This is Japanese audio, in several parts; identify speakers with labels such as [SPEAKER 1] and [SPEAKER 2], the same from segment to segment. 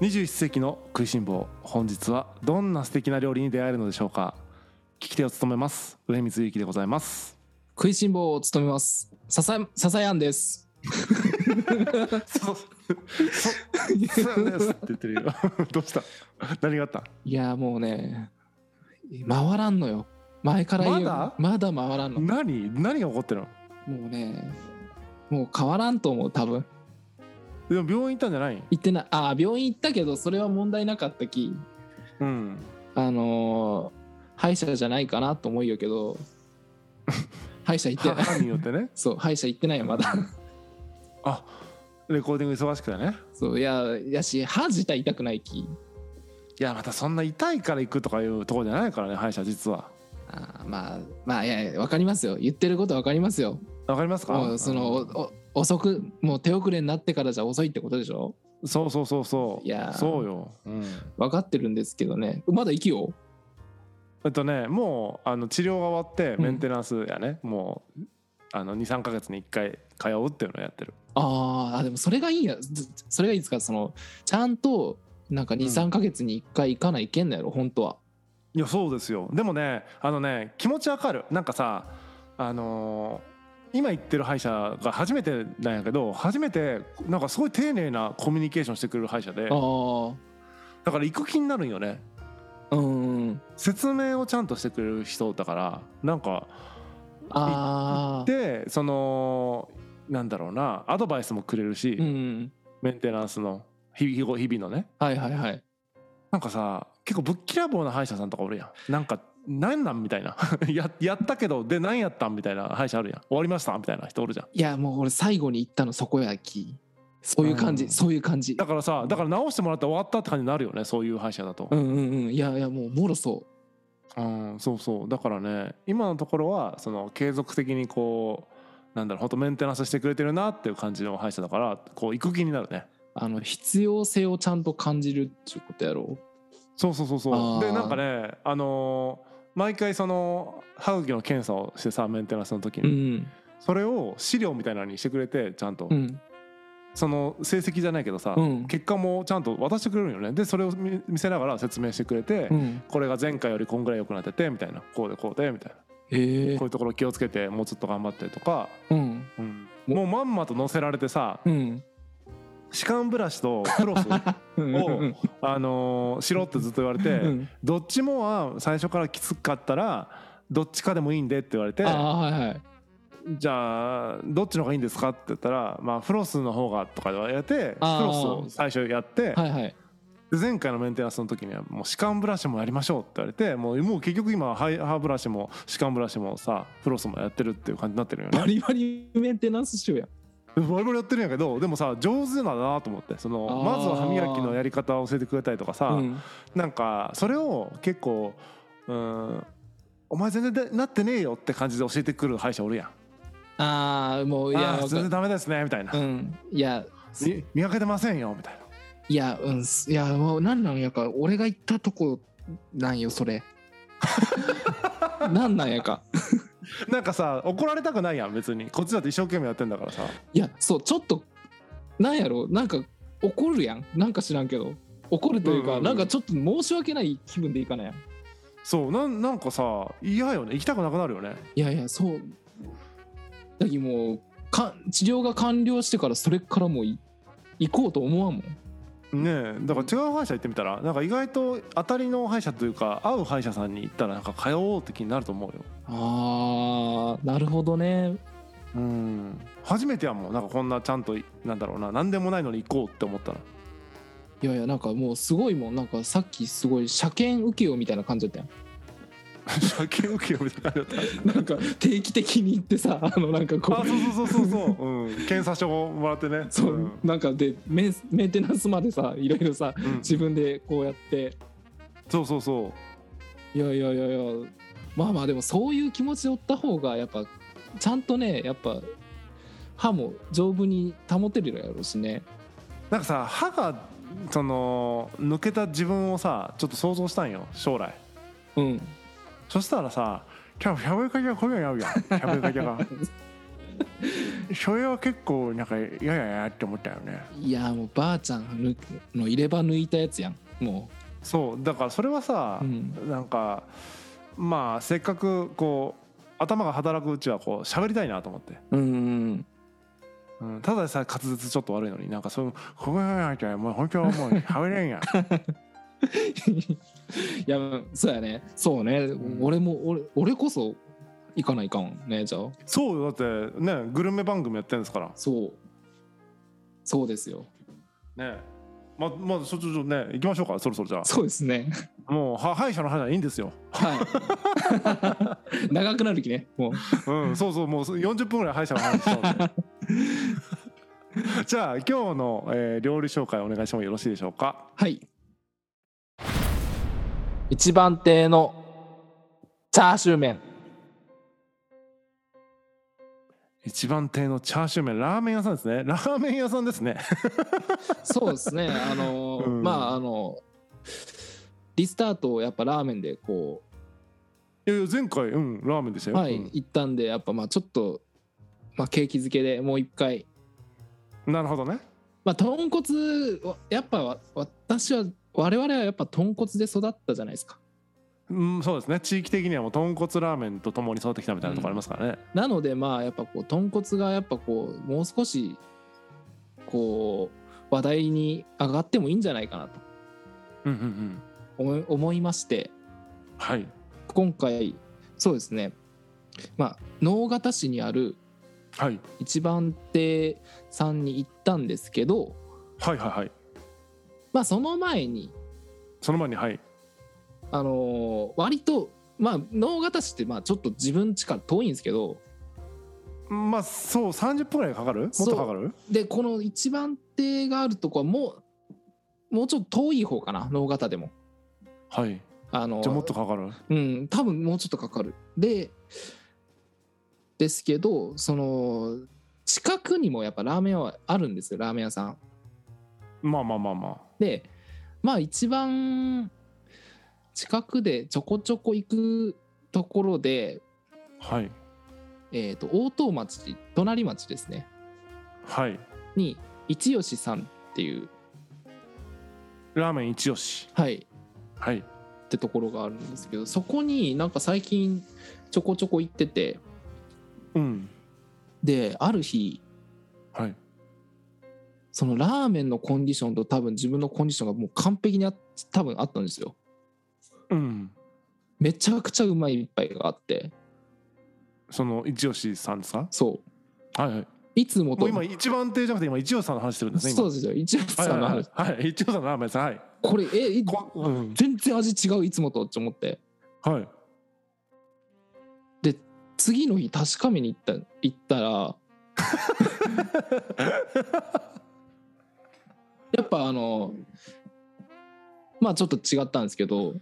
[SPEAKER 1] 21世紀の食いしん坊本日はどんな素敵な料理に出会えるのでしょうか聞き手を務めます上光ゆきでございます
[SPEAKER 2] 食いしん坊を務めますささささやんです
[SPEAKER 1] そうそうなんですって言ってるよ どうした何があった
[SPEAKER 2] いやもうね回らんのよ前から言う
[SPEAKER 1] ま
[SPEAKER 2] まだ回らんのも
[SPEAKER 1] 何何が起こってるの
[SPEAKER 2] うねもう変わらんと思う多分
[SPEAKER 1] でも病院行ったんじゃない
[SPEAKER 2] 行ってないあー病院行ったけどそれは問題なかったき
[SPEAKER 1] うん
[SPEAKER 2] あのー歯医者じゃないかなと思うよけ ど歯医者行ってない
[SPEAKER 1] 歯によってね
[SPEAKER 2] そう歯医者行ってないよまだ
[SPEAKER 1] あレコーディング忙しくてね
[SPEAKER 2] そういややし歯自体痛くないき
[SPEAKER 1] いやまたそんな痛いから行くとかいうところじゃないからね歯医者実は
[SPEAKER 2] あーまあまあいやいやわかりますよ言ってることわかりますよ
[SPEAKER 1] わかります
[SPEAKER 2] も
[SPEAKER 1] か
[SPEAKER 2] うそのおお遅くもう手遅れになってからじゃ遅いってことでしょ
[SPEAKER 1] そうそうそうそう
[SPEAKER 2] いやー
[SPEAKER 1] そうよ、うん、
[SPEAKER 2] 分かってるんですけどねまだ生きよ
[SPEAKER 1] えっとねもうあの治療が終わって
[SPEAKER 2] ん
[SPEAKER 1] メンテナンスやね、もうあの23か月に1回通うっていうのをやってる
[SPEAKER 2] あーあでもそれがいいんやずそれがいいですかそのちゃんとなんか
[SPEAKER 1] うん
[SPEAKER 2] 23か月に1回行かないけんのやろ本当はい
[SPEAKER 1] やそうですよでもねあのね気持ちわかるなんかさあのー今行ってる歯医者が初めてなんやけど初めてなんかすごい丁寧なコミュニケーションしてくれる歯医者で
[SPEAKER 2] ああ
[SPEAKER 1] だから行く気になるんよね
[SPEAKER 2] うん
[SPEAKER 1] 説明をちゃんとしてくれる人だからなんか
[SPEAKER 2] ああ
[SPEAKER 1] でそのなんだろうなアドバイスもくれるし、
[SPEAKER 2] うん
[SPEAKER 1] メンテナンスの日々日々のね
[SPEAKER 2] はいはいはい
[SPEAKER 1] なんかさ結構ぶっきらぼうな歯医者さんとかおるやんなんかなんなんみたいな ややったけどで何やったんみたいな歯医者あるやん終わりましたみたいな人おるじゃん
[SPEAKER 2] いやもう俺最後に行ったのそこやきそういう感
[SPEAKER 1] う
[SPEAKER 2] じ
[SPEAKER 1] ん
[SPEAKER 2] そういう感じ
[SPEAKER 1] だからさだから直してもらって終わったって感じになるよねそういう歯医者だと
[SPEAKER 2] うんうんうんいやいやもうもろそ
[SPEAKER 1] うん、そうそうだからね今のところはその継続的にこうなんだろうほんとメンテナンスしてくれてるなっていう感じの歯医者だからこう行く気になるね
[SPEAKER 2] うあの必要性をちゃんと感じるっていうことやろ
[SPEAKER 1] そうそうそうそ
[SPEAKER 2] あ
[SPEAKER 1] う
[SPEAKER 2] ー
[SPEAKER 1] でなんかねあのー毎回その歯茎の検査をしてさメンテナンスの時に、
[SPEAKER 2] うん
[SPEAKER 1] それを資料みたいなのにしてくれてちゃんと、
[SPEAKER 2] うん
[SPEAKER 1] その成績じゃないけどさ、
[SPEAKER 2] うん
[SPEAKER 1] 結果もちゃんと渡してくれるんよねでそれを見見せながら説明してくれて、
[SPEAKER 2] うん
[SPEAKER 1] これが前回よりこんぐらい良くなっててみたいなこうでこうでみたいな
[SPEAKER 2] ええ
[SPEAKER 1] こういうところ気をつけてもうちょっと頑張ってとか、
[SPEAKER 2] うん
[SPEAKER 1] もうまんまと乗せられてさ
[SPEAKER 2] うん
[SPEAKER 1] 歯間ブラシとク ロス
[SPEAKER 2] うんう
[SPEAKER 1] を
[SPEAKER 2] ん、
[SPEAKER 1] あのーしろってずっと言われて、
[SPEAKER 2] うん
[SPEAKER 1] どっちもは最初からきつかったらどっちかでもいいんでって言われて
[SPEAKER 2] ああーはいはい
[SPEAKER 1] じゃあどっちの方がいいんですかって言ったら、まあ、フロスの方がとかで言われてフロス
[SPEAKER 2] あー
[SPEAKER 1] を最初やって、
[SPEAKER 2] はいはい
[SPEAKER 1] で前回のメンテナンスの時にはもう歯間ブラシもやりましょうって言われてもうもう結局今は歯歯ブラシも歯間ブラシもさフロスもやってるっていう感じになってるよね
[SPEAKER 2] バリバリメンテナンスしようや
[SPEAKER 1] 我々やってるんやけどでもさ上手なんだなと思ってその
[SPEAKER 2] あー
[SPEAKER 1] まずは歯磨きのやり方を教えてくれたりとかさ、
[SPEAKER 2] うん
[SPEAKER 1] なんかそれを結構うんお前全然でなってねえよって感じで教えてくる歯医者おるやん。
[SPEAKER 2] ああもういや
[SPEAKER 1] あー
[SPEAKER 2] わか
[SPEAKER 1] 全然ダメですねみたいな、
[SPEAKER 2] うんいや
[SPEAKER 1] み見分けてませんよみたいない
[SPEAKER 2] やうんすいやもうなんなんやか俺が行ったとこなんよそ れなんなんやか
[SPEAKER 1] なんかさ怒られたくないやん別にこっちだって一生懸命やってんだからさ
[SPEAKER 2] いやそうちょっとなんやろなんか怒るやんなんか知らんけど怒るという
[SPEAKER 1] う
[SPEAKER 2] か、
[SPEAKER 1] んうんうん
[SPEAKER 2] なんかちょっと申し訳ない気分でいかないやん
[SPEAKER 1] そうなんなんかさ嫌よね行きたくなくなるよね
[SPEAKER 2] いやいやそうだきもうか治療が完了してからそれからもうい行こうと思わんもん
[SPEAKER 1] ねえだから違う歯医者行ってみたらなんか意外と当たりの歯医者というか合う歯医者さんに行ったらなんか通おうって気になると思うよ
[SPEAKER 2] あーなるほどね
[SPEAKER 1] うん初めてやもんなんかこんなちゃんとなんだろうな何でもないのに行こうって思 ったら
[SPEAKER 2] いやいやなんかもうすごいもんなんかさっきすごい車検受けようみたいな感じだったや
[SPEAKER 1] 借金受けよみたいな感じだっ
[SPEAKER 2] んなんか定期的に行ってさ あのなんか
[SPEAKER 1] たあ
[SPEAKER 2] こう
[SPEAKER 1] そうそうそうそう そう、うん、検査証もらってね
[SPEAKER 2] そう、
[SPEAKER 1] ん
[SPEAKER 2] なんかでメンメンテナンスまでさいろいろさ
[SPEAKER 1] うん
[SPEAKER 2] 自分でこうやって
[SPEAKER 1] そうそうそう
[SPEAKER 2] いやいやいやいやまあまあでもそういう気持ちでおった方がやっぱちゃんとねやっぱ歯も丈夫に保てるやろうしね
[SPEAKER 1] なんかさ歯がその抜けた自分をさちょっと想像したんよ将来
[SPEAKER 2] うん
[SPEAKER 1] そしたらさ「キャブキャブイカキャブコミャブやキャブイカキャがそれは結構なんか嫌やなって思ったよね
[SPEAKER 2] いやもうばあちゃんぬの入れ歯抜いたやつやんも
[SPEAKER 1] そうだからそれはさ、
[SPEAKER 2] うん
[SPEAKER 1] なんかまあせっかくこう頭が働くうちはこう喋りたいなと思って、
[SPEAKER 2] ううん
[SPEAKER 1] うん、ただでさえ滑舌ちょっと悪いのになんかその「ここやなきゃもう本当はもう喋れん やん」
[SPEAKER 2] いやそうやねそうね、
[SPEAKER 1] ん
[SPEAKER 2] 俺も俺俺こそ行かないかんねじゃあ
[SPEAKER 1] そうよだってねグルメ番組やってるんですから
[SPEAKER 2] そうそうですよ
[SPEAKER 1] ねままあちょちょちょね行きましょうかそろそろじゃ
[SPEAKER 2] そうですね
[SPEAKER 1] あもうは歯医者の話はいいんですよ
[SPEAKER 2] はい長くなる気ねもう
[SPEAKER 1] うんそうそうもう40分ぐらい歯医者の話しちゃうん でじゃあ今日の、えー料理紹介お願いしてもよろしいでしょうか
[SPEAKER 2] はい一番亭のチャーシュー麺
[SPEAKER 1] 一番亭のチャーシュー麺ラーメン屋さんですねラーメン屋さんですね
[SPEAKER 2] そうですねあの、
[SPEAKER 1] うん
[SPEAKER 2] まああのリスタートをやっぱラーメンでこ
[SPEAKER 1] いやいや前回うんラーメンでした
[SPEAKER 2] う
[SPEAKER 1] よ、
[SPEAKER 2] はい
[SPEAKER 1] うん
[SPEAKER 2] 行ったんでやっぱまあちょっと、まあ、景気づけでもう一回
[SPEAKER 1] なるほどね
[SPEAKER 2] まあ豚骨はやっぱわ私は我々はやっぱ豚骨で育ったじゃないですか
[SPEAKER 1] うんそうですね地域的にはもう豚骨ラーメンとともに育ってきたみたいなとこありますからね、
[SPEAKER 2] なのでまあやっぱこう豚骨がやっぱこうもう少しこう話題に上がってもいいんじゃないかなと
[SPEAKER 1] うん、うんうんうん
[SPEAKER 2] 思い思いまして
[SPEAKER 1] はい
[SPEAKER 2] 今回そうですねまあ直方市にある
[SPEAKER 1] はい
[SPEAKER 2] 一番亭さんに行ったんですけど
[SPEAKER 1] はいはいはい
[SPEAKER 2] まあその前に
[SPEAKER 1] その前にはい
[SPEAKER 2] あのー割とまあ直方市ってまあちょっと自分家から遠いんですけど
[SPEAKER 1] まあそう30分ぐらいかかるもっとかかる
[SPEAKER 2] でこの一番亭があるとこはもうもうちょっと遠い方かな直方でも。
[SPEAKER 1] はい
[SPEAKER 2] あの
[SPEAKER 1] じゃあもっとかかる
[SPEAKER 2] うん多分もうちょっとかかるでですけどその近くにもやっぱラーメンはあるんですよラーメン屋さん
[SPEAKER 1] まあまあまあま
[SPEAKER 2] でまあ一番近くでちょこちょこ行くところで、
[SPEAKER 1] あはい
[SPEAKER 2] えー、と大東町隣町ですね
[SPEAKER 1] はい
[SPEAKER 2] に一吉さんっていう
[SPEAKER 1] ラーメン一押し
[SPEAKER 2] はい
[SPEAKER 1] はい
[SPEAKER 2] ってところがあるんですけどそこになんか最近ちょこちょこ行ってて
[SPEAKER 1] うん
[SPEAKER 2] である日
[SPEAKER 1] はい
[SPEAKER 2] そのラーメンのコンディションと多分自分のコンディションがもう完璧にあっ多分あったんですよ
[SPEAKER 1] うん
[SPEAKER 2] めちゃくちゃうまい一杯があって
[SPEAKER 1] その一押しさんですか
[SPEAKER 2] そう
[SPEAKER 1] はいはい
[SPEAKER 2] いつもと
[SPEAKER 1] もう今一番亭じゃなくて今一応さんの話してるんですね
[SPEAKER 2] そう
[SPEAKER 1] 今
[SPEAKER 2] ですよ一応さんの話、
[SPEAKER 1] はいはいはい、はい、一応さんのラーメンさんはい
[SPEAKER 2] これえい
[SPEAKER 1] こうん
[SPEAKER 2] 全然味違ういつもとって思って
[SPEAKER 1] はい
[SPEAKER 2] 次の日確かめに行った行っ たらやっぱあのまあちょっと違ったんですけど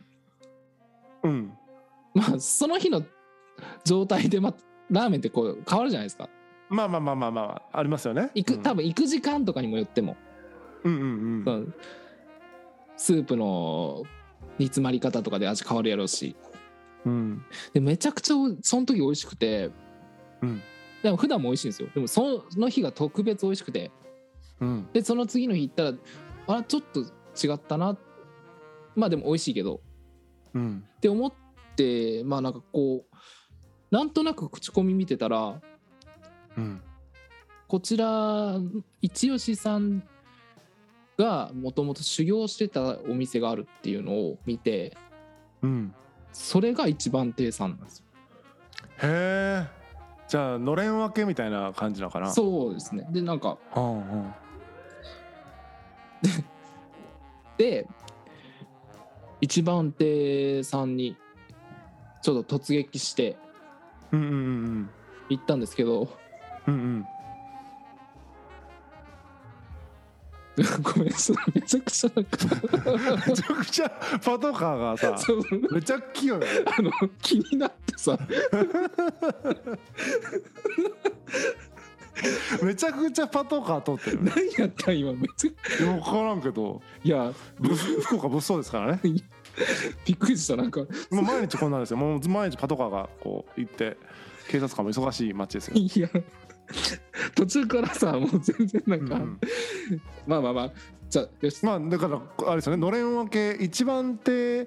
[SPEAKER 1] うん
[SPEAKER 2] まあその日の状態でまたラーメンってこう変わるじゃないですか
[SPEAKER 1] まあまあまあまあまあありますよね
[SPEAKER 2] 行く多分行く時間とかにもよっても、
[SPEAKER 1] うんうん
[SPEAKER 2] そ
[SPEAKER 1] うん
[SPEAKER 2] のスープの煮詰まり方とかで味変わるやろうし
[SPEAKER 1] うん
[SPEAKER 2] でめちゃくちゃその時美味しくて
[SPEAKER 1] うん
[SPEAKER 2] でも普段も美味しいんですよでもそのその日が特別美味しくて
[SPEAKER 1] うん
[SPEAKER 2] でその次の日行ったらあらちょっと違ったなまあでも美味しいけど
[SPEAKER 1] うん
[SPEAKER 2] って思ってまあなんかこうなんとなく口コミ見てたら
[SPEAKER 1] うん
[SPEAKER 2] こちら一吉さんがもともと修行してたお店があるっていうのを見て
[SPEAKER 1] うん
[SPEAKER 2] それが一番亭さんなんですよ
[SPEAKER 1] へえじゃあのれん分けみたいな感じなのかなう、
[SPEAKER 2] そうですねでなんか
[SPEAKER 1] うんうん、
[SPEAKER 2] で一番亭さんにちょっと突撃して
[SPEAKER 1] うんうんうん
[SPEAKER 2] 行ったんですけど
[SPEAKER 1] うんうん
[SPEAKER 2] ごめんなさいめちゃくちゃなん か
[SPEAKER 1] めちゃくちゃパトカーがさ
[SPEAKER 2] そう
[SPEAKER 1] めちゃ器用よね
[SPEAKER 2] あの気になってさ
[SPEAKER 1] めちゃくちゃパトカー通ってるよね
[SPEAKER 2] 何やったん今めっちゃ
[SPEAKER 1] いや分からんけど
[SPEAKER 2] いや
[SPEAKER 1] ぶ 福岡物騒ですからね
[SPEAKER 2] びっくりしたなんか
[SPEAKER 1] もう毎日こんなんですよもう毎日パトカーがこう行って警察官も忙しい街ですよ
[SPEAKER 2] いや途中からさもう全然なん
[SPEAKER 1] うん
[SPEAKER 2] か、
[SPEAKER 1] うん
[SPEAKER 2] まあまあまあじゃあよし
[SPEAKER 1] まあだからあれですよねのれん分け一番手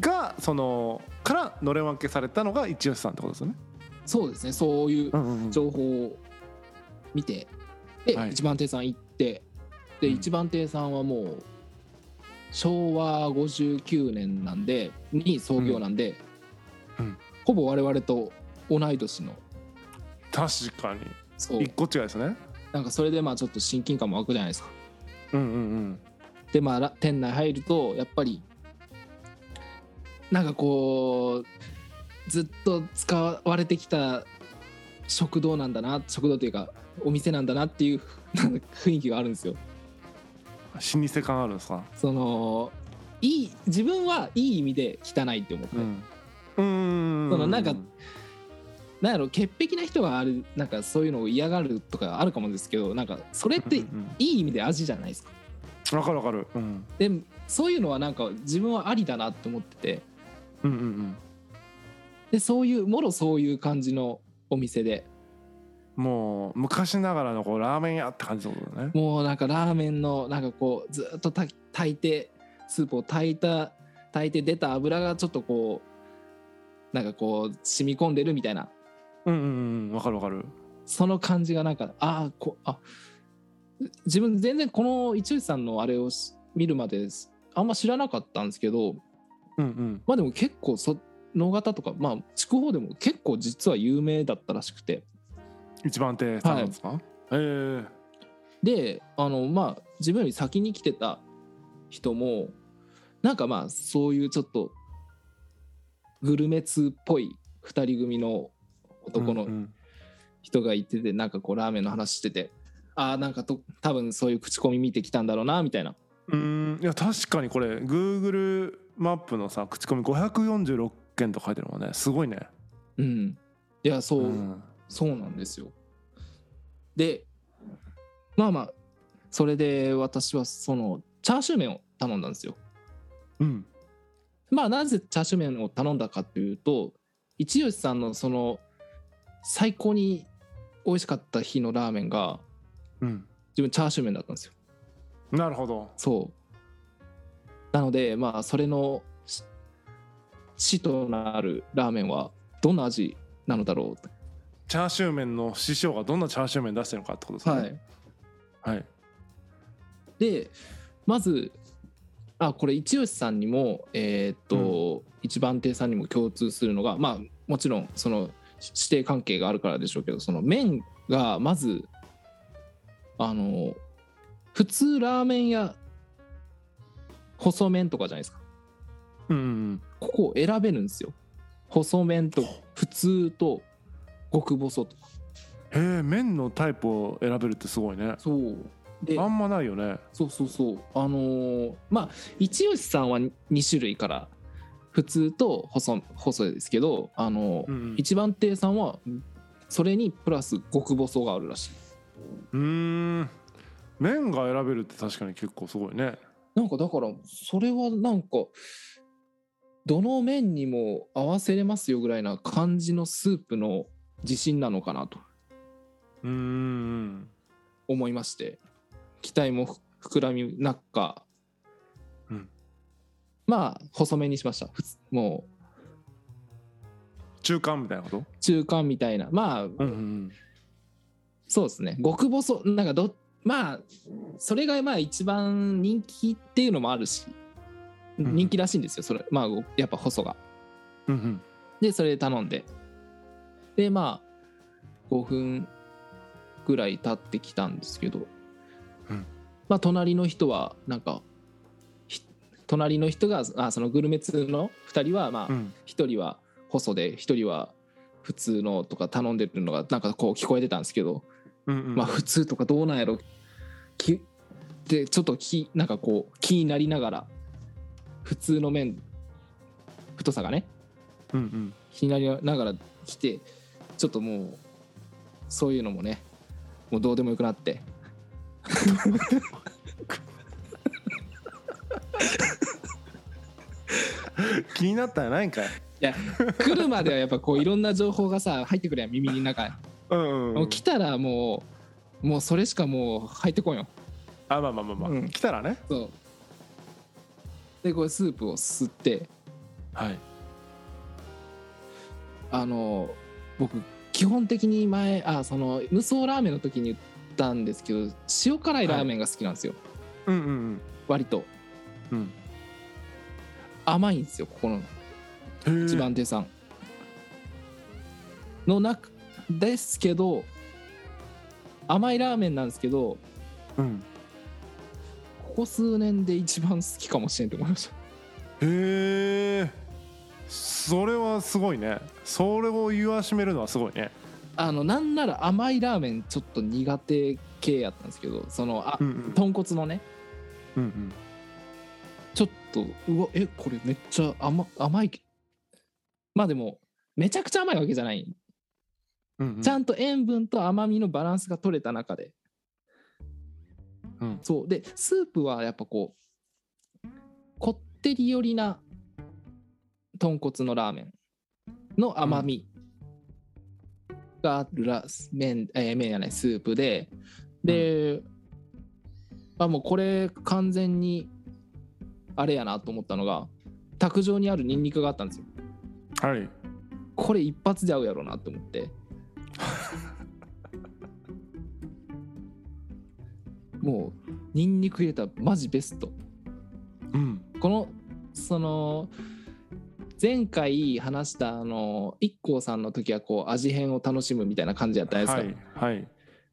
[SPEAKER 1] がそのからのれん分けされたのが一吉さんってことですよね。
[SPEAKER 2] そうですねそういう
[SPEAKER 1] うんうんうん
[SPEAKER 2] 情報を見てで、
[SPEAKER 1] はい
[SPEAKER 2] 一番亭さん行ってで、
[SPEAKER 1] うん
[SPEAKER 2] 一番亭さんはもう昭和59年なんでに創業なんで、
[SPEAKER 1] うんうん
[SPEAKER 2] ほぼ我々と同い年の
[SPEAKER 1] 確かに
[SPEAKER 2] そう
[SPEAKER 1] 一個違いですね。
[SPEAKER 2] なんかそれでまあちょっと親近感も湧くじゃないですか。
[SPEAKER 1] うんうんうん。
[SPEAKER 2] でまあら店内入るとやっぱりなんかこうずっと使われてきた食堂なんだな食堂というかお店なんだなっていう なんか雰囲気があるんですよ。
[SPEAKER 1] 老舗感あるんですか。
[SPEAKER 2] そのいい自分はいい意味で汚いって思って、
[SPEAKER 1] うん。うーん。
[SPEAKER 2] そのなんかなんやろ潔癖な人はあるなんかそういうのを嫌がるとかあるかもですけどなんかそれって
[SPEAKER 1] うん
[SPEAKER 2] い
[SPEAKER 1] うん
[SPEAKER 2] い意味で味じゃないですか。
[SPEAKER 1] うんわかるわかる。うん。
[SPEAKER 2] でそういうのはなんか自分はありだなって思ってて。
[SPEAKER 1] うんうんうん。
[SPEAKER 2] でそういうもろそういう感じのお店で
[SPEAKER 1] もう昔ながらのこうラーメン屋って感じのことだね。
[SPEAKER 2] もうなんかラーメンのなんかこうずっと炊き炊いてスープを炊いた炊いて出た油がちょっとこうなんかこう染み込んでるみたいな
[SPEAKER 1] うんうんうん。わかるわかる。
[SPEAKER 2] その感じがなんかああこあ自分全然この一吉さんのあれをし見るまでですあんま知らなかったんですけど
[SPEAKER 1] うんうん。
[SPEAKER 2] まあでも結構そ能方とかまあ筑豊でも結構実は有名だったらしくて
[SPEAKER 1] 一番手さんなんですか。ええ
[SPEAKER 2] であのまあ自分より先に来てた人もなんかまあそういうちょっとグルメ通っぽい2人組の男
[SPEAKER 1] う
[SPEAKER 2] の
[SPEAKER 1] ん
[SPEAKER 2] 人がいてて、なんかこうラーメンの話しててああなんかと多分そういう口コミ見てきたんだろうなみたいな
[SPEAKER 1] うん、うーんいや確かにこれ Google マップのさ口コミ546件と書いてるもんねすごいね。
[SPEAKER 2] うんいやそう、
[SPEAKER 1] うん
[SPEAKER 2] そうなんですよでまあまあそれで私はそのチャーシュー麺を頼んだんですよ
[SPEAKER 1] うん
[SPEAKER 2] まあなぜチャーシュー麺を頼んだかというと一吉さんのその最高に美味しかった日のラーメンが
[SPEAKER 1] うん
[SPEAKER 2] 自分チャーシュー麺だったんですよ
[SPEAKER 1] なるほど。
[SPEAKER 2] そうなのでまあそれのし師となるラーメンはどんな味なのだろうと
[SPEAKER 1] チャーシュー麺の師匠がどんなチャーシュー麺出してるのかってことですね。
[SPEAKER 2] はい
[SPEAKER 1] はい。
[SPEAKER 2] でまずあこれ一吉さんにもえーっと、一番亭さんにも共通するのがまあもちろんその師弟関係があるからでしょうけどその麺がまずあの普通ラーメン屋細麺とかじゃないですか
[SPEAKER 1] うんうん
[SPEAKER 2] ここを選べるんですよ細麺と普通と極細と
[SPEAKER 1] うん。へえ麺のタイプを選べるってすごいね。
[SPEAKER 2] そうで
[SPEAKER 1] あんまないよね。
[SPEAKER 2] そうそうそうあのーまあ一吉さんは2種類から普通と細細いですけど、あのー
[SPEAKER 1] うんうん
[SPEAKER 2] 一番亭さんはそれにプラス極細があるらしいう
[SPEAKER 1] ーん麺が選べるって確かに結構すごいね
[SPEAKER 2] なんかだからそれはなんかどの麺にも合わせれますよぐらいな感じのスープの自信なのかなと
[SPEAKER 1] うーん
[SPEAKER 2] 思いまして期待もふ膨らみ中、
[SPEAKER 1] うん
[SPEAKER 2] まあ細めにしました普通もう
[SPEAKER 1] 中間みたいなこと
[SPEAKER 2] 中間みたいなまあ
[SPEAKER 1] うんうん
[SPEAKER 2] そうですね極細なんかどまあそれがまあ一番人気っていうのもあるし
[SPEAKER 1] ん
[SPEAKER 2] 人気らしいんですよそれまあごやっぱ細が
[SPEAKER 1] うんうん
[SPEAKER 2] でそれで頼んででまあ5分ぐらい経ってきたんですけど、
[SPEAKER 1] うん
[SPEAKER 2] まあ隣の人はなんかひ隣の人があそのグルメ通の2人はまあ、
[SPEAKER 1] うん
[SPEAKER 2] 一人は細で一人は普通のとか頼んでるのがなんかこう聞こえてたんですけど、
[SPEAKER 1] うんうん
[SPEAKER 2] まあ普通とかどうなんやろきでちょっときなんかこう気になりながら普通の面太さがね
[SPEAKER 1] うんうん
[SPEAKER 2] 気になりながら来てちょっともうそういうのもねもうどうでもよくなって
[SPEAKER 1] 気になったんやないんかい
[SPEAKER 2] 来るまではやっぱこういろんな情報がさ入ってくるやん耳の中に
[SPEAKER 1] うんうん
[SPEAKER 2] もう来たらもうもうそれしかもう入ってこんよ
[SPEAKER 1] あまあまあまあまあ、
[SPEAKER 2] うん
[SPEAKER 1] 来たらね
[SPEAKER 2] そうでこれスープを吸って
[SPEAKER 1] はい
[SPEAKER 2] あの僕基本的に前あその無双ラーメンの時に言ったんですけど塩辛いラーメンが好きなんですよ、
[SPEAKER 1] うんうん
[SPEAKER 2] 割と
[SPEAKER 1] うん
[SPEAKER 2] 甘いんですよここの
[SPEAKER 1] うんへえ
[SPEAKER 2] 一番亭さんの中ですけど甘いラーメンなんですけど
[SPEAKER 1] うん
[SPEAKER 2] ここ数年で一番好きかもしれんと思いました
[SPEAKER 1] へえそれはすごいねそれを言わしめるのはすごいね
[SPEAKER 2] あのなんなら甘いラーメンちょっと苦手系やったんですけどそのあ
[SPEAKER 1] うんうん
[SPEAKER 2] 豚骨のね
[SPEAKER 1] うんうん
[SPEAKER 2] ちょっとうわえこれめっちゃ甘甘いけまあでもめちゃくちゃ甘いわけじゃない
[SPEAKER 1] うんうん
[SPEAKER 2] ちゃんと塩分と甘みのバランスが取れた中で、
[SPEAKER 1] うん
[SPEAKER 2] そうでスープはやっぱこうこってり寄りな豚骨のラーメンの甘みがあるラ麺,、えー麺やないスープでで、あもうこれ完全にあれやなと思ったのが卓上にあるニンニクがあったんですよ
[SPEAKER 1] はい
[SPEAKER 2] これ一発で合うやろうなって思 ってもうニンニク入れたらマジベスト
[SPEAKER 1] うん
[SPEAKER 2] このその前回話したあの IKKO さんの時はこう味変を楽しむみたいな感じやったじゃない
[SPEAKER 1] は
[SPEAKER 2] です
[SPEAKER 1] い
[SPEAKER 2] か、
[SPEAKER 1] はい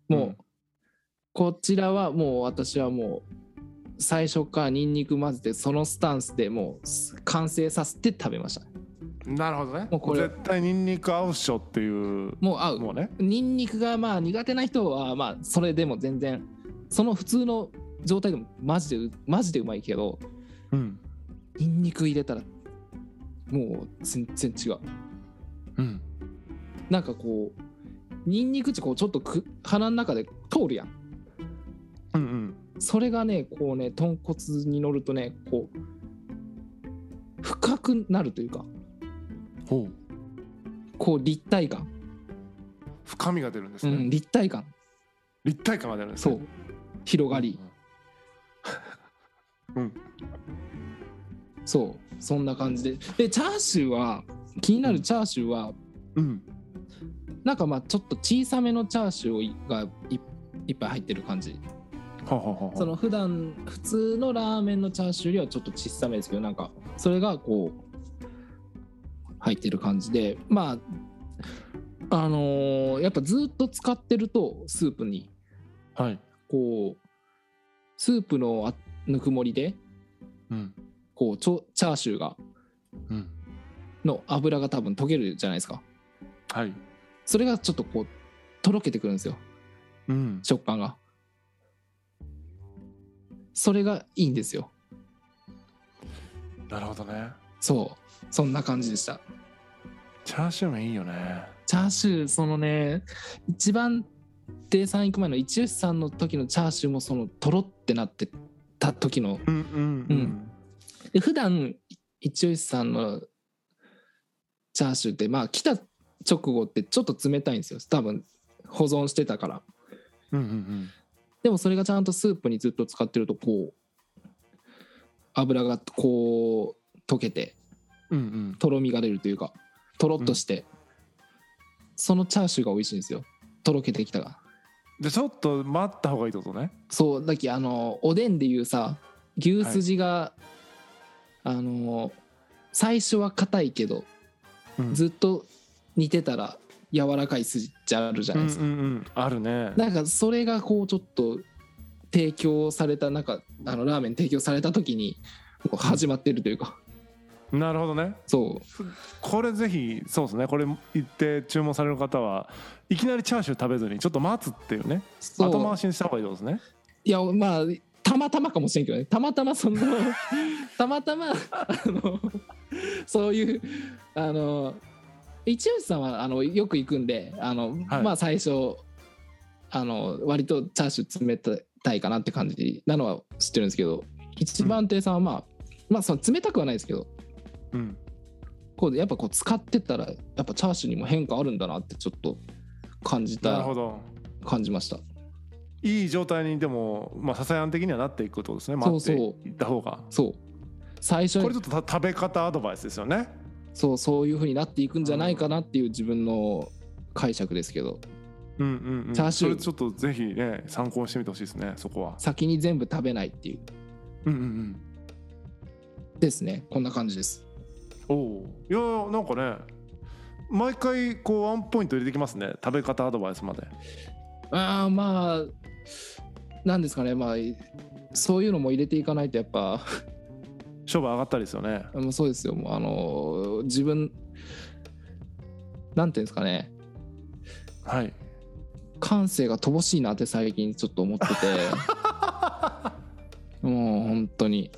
[SPEAKER 2] もう、
[SPEAKER 1] うん
[SPEAKER 2] こちらはもう私はもう最初からニンニク混ぜてそのスタンスでもうす完成させて食べました
[SPEAKER 1] なるほどね
[SPEAKER 2] もうこれ
[SPEAKER 1] 絶対ニンニク合うっしょっていう
[SPEAKER 2] もう合う
[SPEAKER 1] もうね
[SPEAKER 2] ニンニクがまあ苦手な人はまあそれでも全然その普通の状態でもマジでうマジでうまいけど
[SPEAKER 1] うん
[SPEAKER 2] ニンニク入れたらもう全然違う
[SPEAKER 1] うん
[SPEAKER 2] なんかこうニンニクってこうちょっとく鼻の中で通るやん
[SPEAKER 1] うんうん
[SPEAKER 2] それがねこうね豚骨に乗るとねこう深くなるというか
[SPEAKER 1] ほう
[SPEAKER 2] こう立体感、
[SPEAKER 1] 深みが出るんです
[SPEAKER 2] う
[SPEAKER 1] ね、
[SPEAKER 2] ん、立体感
[SPEAKER 1] 立体感が出るんです
[SPEAKER 2] そ
[SPEAKER 1] ね
[SPEAKER 2] う広がり、
[SPEAKER 1] うん
[SPEAKER 2] そうそんな感じででチャーシューは気になるチャーシューは、
[SPEAKER 1] うん
[SPEAKER 2] なんかまあちょっと小さめのチャーシューをいがいいっぱい入ってる感じ
[SPEAKER 1] ははは
[SPEAKER 2] その普段普通のラーメンのチャーシューよりはちょっと小さめですけどなんかそれがこう入ってる感じでまああのーやっぱずっと使ってるとスープに
[SPEAKER 1] はい
[SPEAKER 2] こうスープのあぬくもりで
[SPEAKER 1] うん
[SPEAKER 2] こうちょチャーシューが
[SPEAKER 1] うん
[SPEAKER 2] の油が多分溶けるじゃないですか
[SPEAKER 1] はい
[SPEAKER 2] それがちょっとこうとろけてくるんですよ
[SPEAKER 1] うん
[SPEAKER 2] 食感がそれがいいんですよ
[SPEAKER 1] なるほどね
[SPEAKER 2] そうそんな感じでした
[SPEAKER 1] チャーシュー麺いいよね
[SPEAKER 2] チャーシューそのね一番亭さん行く前の一吉さんの時のチャーシューもそのとろってなってた時の
[SPEAKER 1] うんうん
[SPEAKER 2] うんで普段一吉さんのチャーシューってまあ来た直後ってちょっと冷たいんですよ多分保存してたから
[SPEAKER 1] うんうんうん
[SPEAKER 2] でもそれがちゃんとスープにずっと使ってるとこう油がこう溶けて
[SPEAKER 1] うんうん
[SPEAKER 2] とろみが出るというかとろっとして、そのチャーシューが美味しいんですよとろけてきたが
[SPEAKER 1] でちょっと待った方がいいってことね
[SPEAKER 2] そうだっけあのおでんでいうさ牛すじが、あの最初は硬いけど
[SPEAKER 1] うん
[SPEAKER 2] ずっと煮てたら柔らかい筋ってあるじゃ
[SPEAKER 1] う
[SPEAKER 2] なんいうですか、
[SPEAKER 1] んうんあるね
[SPEAKER 2] なんかそれがこうちょっと提供された中あのラーメン提供された時にこう始まってるというか、
[SPEAKER 1] なるほどね
[SPEAKER 2] そう
[SPEAKER 1] これぜひそうですねこれ行って注文される方はいきなりチャーシュー食べずにちょっと待つっていうね
[SPEAKER 2] そう
[SPEAKER 1] 後回しにした方がいいってことですね
[SPEAKER 2] いやまあたまたまかもしれんけどねたまたまその たまたまあのそういうあの一吉さんはあのよく行くんであの、
[SPEAKER 1] はい
[SPEAKER 2] まあ最初あの割とチャーシュー冷たいかなって感じなのは知ってるんですけど一番亭さんはまあ、まあその冷たくはないですけど
[SPEAKER 1] うん
[SPEAKER 2] こうやっぱこう使ってったらやっぱチャーシューにも変化あるんだなってちょっと感じ
[SPEAKER 1] なるほ
[SPEAKER 2] た
[SPEAKER 1] ど
[SPEAKER 2] 感じました
[SPEAKER 1] いい状態にでも、まあ、ささやん的にはなっていくことですね待
[SPEAKER 2] そう
[SPEAKER 1] って
[SPEAKER 2] そう
[SPEAKER 1] いった方が
[SPEAKER 2] そう最初
[SPEAKER 1] これ
[SPEAKER 2] に
[SPEAKER 1] ちょっとた食べ方アドバイスですよね
[SPEAKER 2] そうそういうふうになっていくんじゃないかなっていう自分の解釈ですけど
[SPEAKER 1] うんうん、うん、
[SPEAKER 2] チャーシュー
[SPEAKER 1] それちょっとぜひね参考にしてみてほしいですねそこは
[SPEAKER 2] 先に全部食べないっていう
[SPEAKER 1] うんうんうん
[SPEAKER 2] ですねこんな感じです
[SPEAKER 1] おおいやーなんかね毎回こうワンポイント入れてきますね食べ方アドバイスまで
[SPEAKER 2] あーまあなんですかねまあそういうのも入れていかないとやっぱ
[SPEAKER 1] 勝負上がったりですよね
[SPEAKER 2] もうそうですよもうあのー自分なんていうんですかね
[SPEAKER 1] はい
[SPEAKER 2] 感性が乏しいなって最近ちょっと思っててもう本当に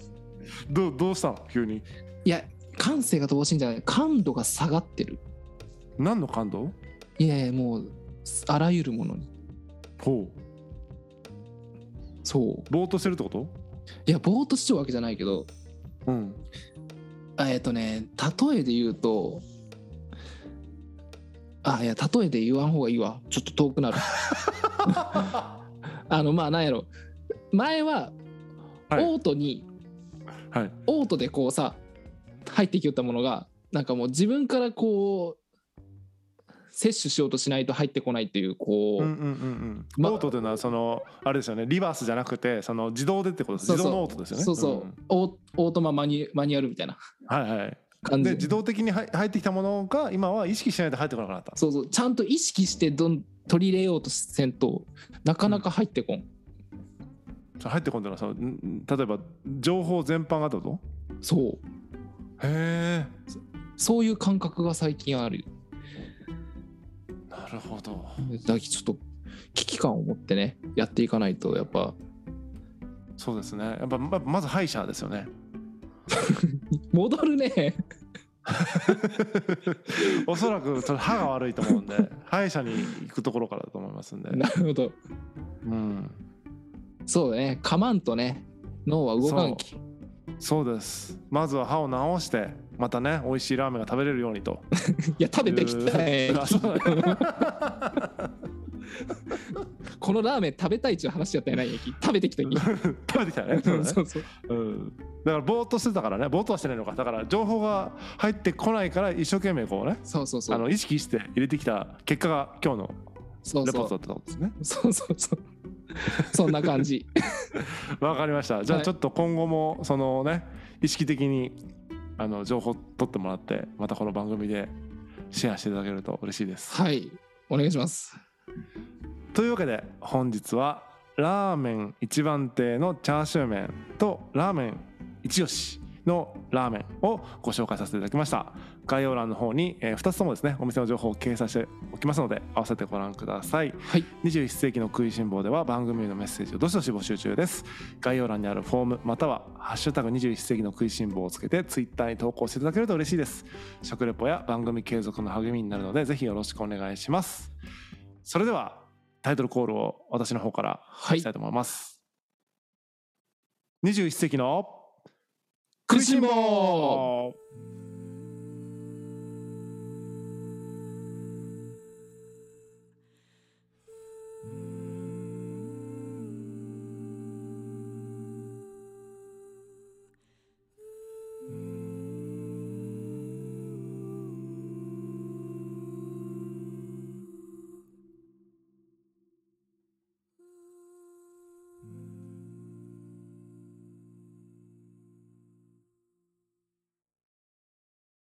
[SPEAKER 1] どうどうしたの急に
[SPEAKER 2] いや感性が乏しいんじゃない感度が下がってる
[SPEAKER 1] 何の感動
[SPEAKER 2] いやいやもうあらゆるものに
[SPEAKER 1] ほ
[SPEAKER 2] そう
[SPEAKER 1] うぼーっとしてるってこと
[SPEAKER 2] いやぼーっとしちゃうわけじゃないけど
[SPEAKER 1] うん
[SPEAKER 2] あえっとね例えで言うとあいや例えで言わん方がいいわちょっと遠く なるあのまあなんやろ前は
[SPEAKER 1] はい
[SPEAKER 2] オートに、
[SPEAKER 1] はい
[SPEAKER 2] オートでこうさ入ってきよったものがなんかもう自分からこう摂取しようとしないと入ってこないっていうこう、
[SPEAKER 1] うんうんうんうん、
[SPEAKER 2] ま
[SPEAKER 1] オートというのはそのあれですよねリバースじゃなくてその自動でってことです
[SPEAKER 2] そうそう
[SPEAKER 1] 自動のオートですよね
[SPEAKER 2] そうそう、
[SPEAKER 1] ん
[SPEAKER 2] オーオートママニュマニュアルみたいな
[SPEAKER 1] はいはい
[SPEAKER 2] 感じ
[SPEAKER 1] で自動的に入入ってきたものが今は意識しないと入ってこなくなった
[SPEAKER 2] そうそうちゃんと意識してどん取り入れようとせんとなかなか入ってこん、
[SPEAKER 1] 入ってこんでるのはそのんん例えば情報全般がってこと
[SPEAKER 2] そう
[SPEAKER 1] へえ
[SPEAKER 2] そういう感覚が最近ある
[SPEAKER 1] なるほど
[SPEAKER 2] だからちょっと危機感を持ってねやっていかないとやっぱ
[SPEAKER 1] そうですねやっぱままず歯医者ですよね
[SPEAKER 2] 戻るね
[SPEAKER 1] おそらくそれ歯が悪いと思うんで歯医者に行くところからだと思いますんで、
[SPEAKER 2] なるほど
[SPEAKER 1] うん、
[SPEAKER 2] そうだね噛まんとね脳は動かんき
[SPEAKER 1] そうですまずは歯を治してまたね美味しいラーメンが食べれるようにと
[SPEAKER 2] いや食べてきたね
[SPEAKER 1] あそうだね
[SPEAKER 2] このラーメン食べたいっちゅう話やったやないやき食べてき たき
[SPEAKER 1] 食べてきたねそうだね
[SPEAKER 2] そうそう
[SPEAKER 1] うん、だからぼーっとしてたからねぼーっとはしてないのかだから情報が入ってこないから一生懸命こうね
[SPEAKER 2] そうそうそ
[SPEAKER 1] あの
[SPEAKER 2] う
[SPEAKER 1] 意識して入れてきた結果が今日の
[SPEAKER 2] そう
[SPEAKER 1] レポー
[SPEAKER 2] そ
[SPEAKER 1] トだ
[SPEAKER 2] う
[SPEAKER 1] ったことですね
[SPEAKER 2] そうそうそうそんな感じ
[SPEAKER 1] わかりましたじゃあ
[SPEAKER 2] はい
[SPEAKER 1] ちょっと今後もそのね意識的にあの情報取ってもらってまたこの番組でシェアしていただけると嬉しいです
[SPEAKER 2] はいお願いします
[SPEAKER 1] というわけで本日はラーメン一番亭のチャーシュー麺とラーメン一押しのラーメンをご紹介させていただきました概要欄の方に、え2つともですねお店の情報を掲載しておきますので合わせてご覧ください
[SPEAKER 2] はい
[SPEAKER 1] 21世紀の食いしん坊では番組へのメッセージをどしどし募集中です概要欄にあるフォームまたは「ハッシュタグ #21 世紀の食いしん坊」をつけてツイッターに投稿していただけると嬉しいです食レポや番組継続の励みになるのでぜひよろしくお願いしますそれではタイトルコールを私の方から
[SPEAKER 2] はい
[SPEAKER 1] したいと思います、21世紀の
[SPEAKER 2] 食いしん坊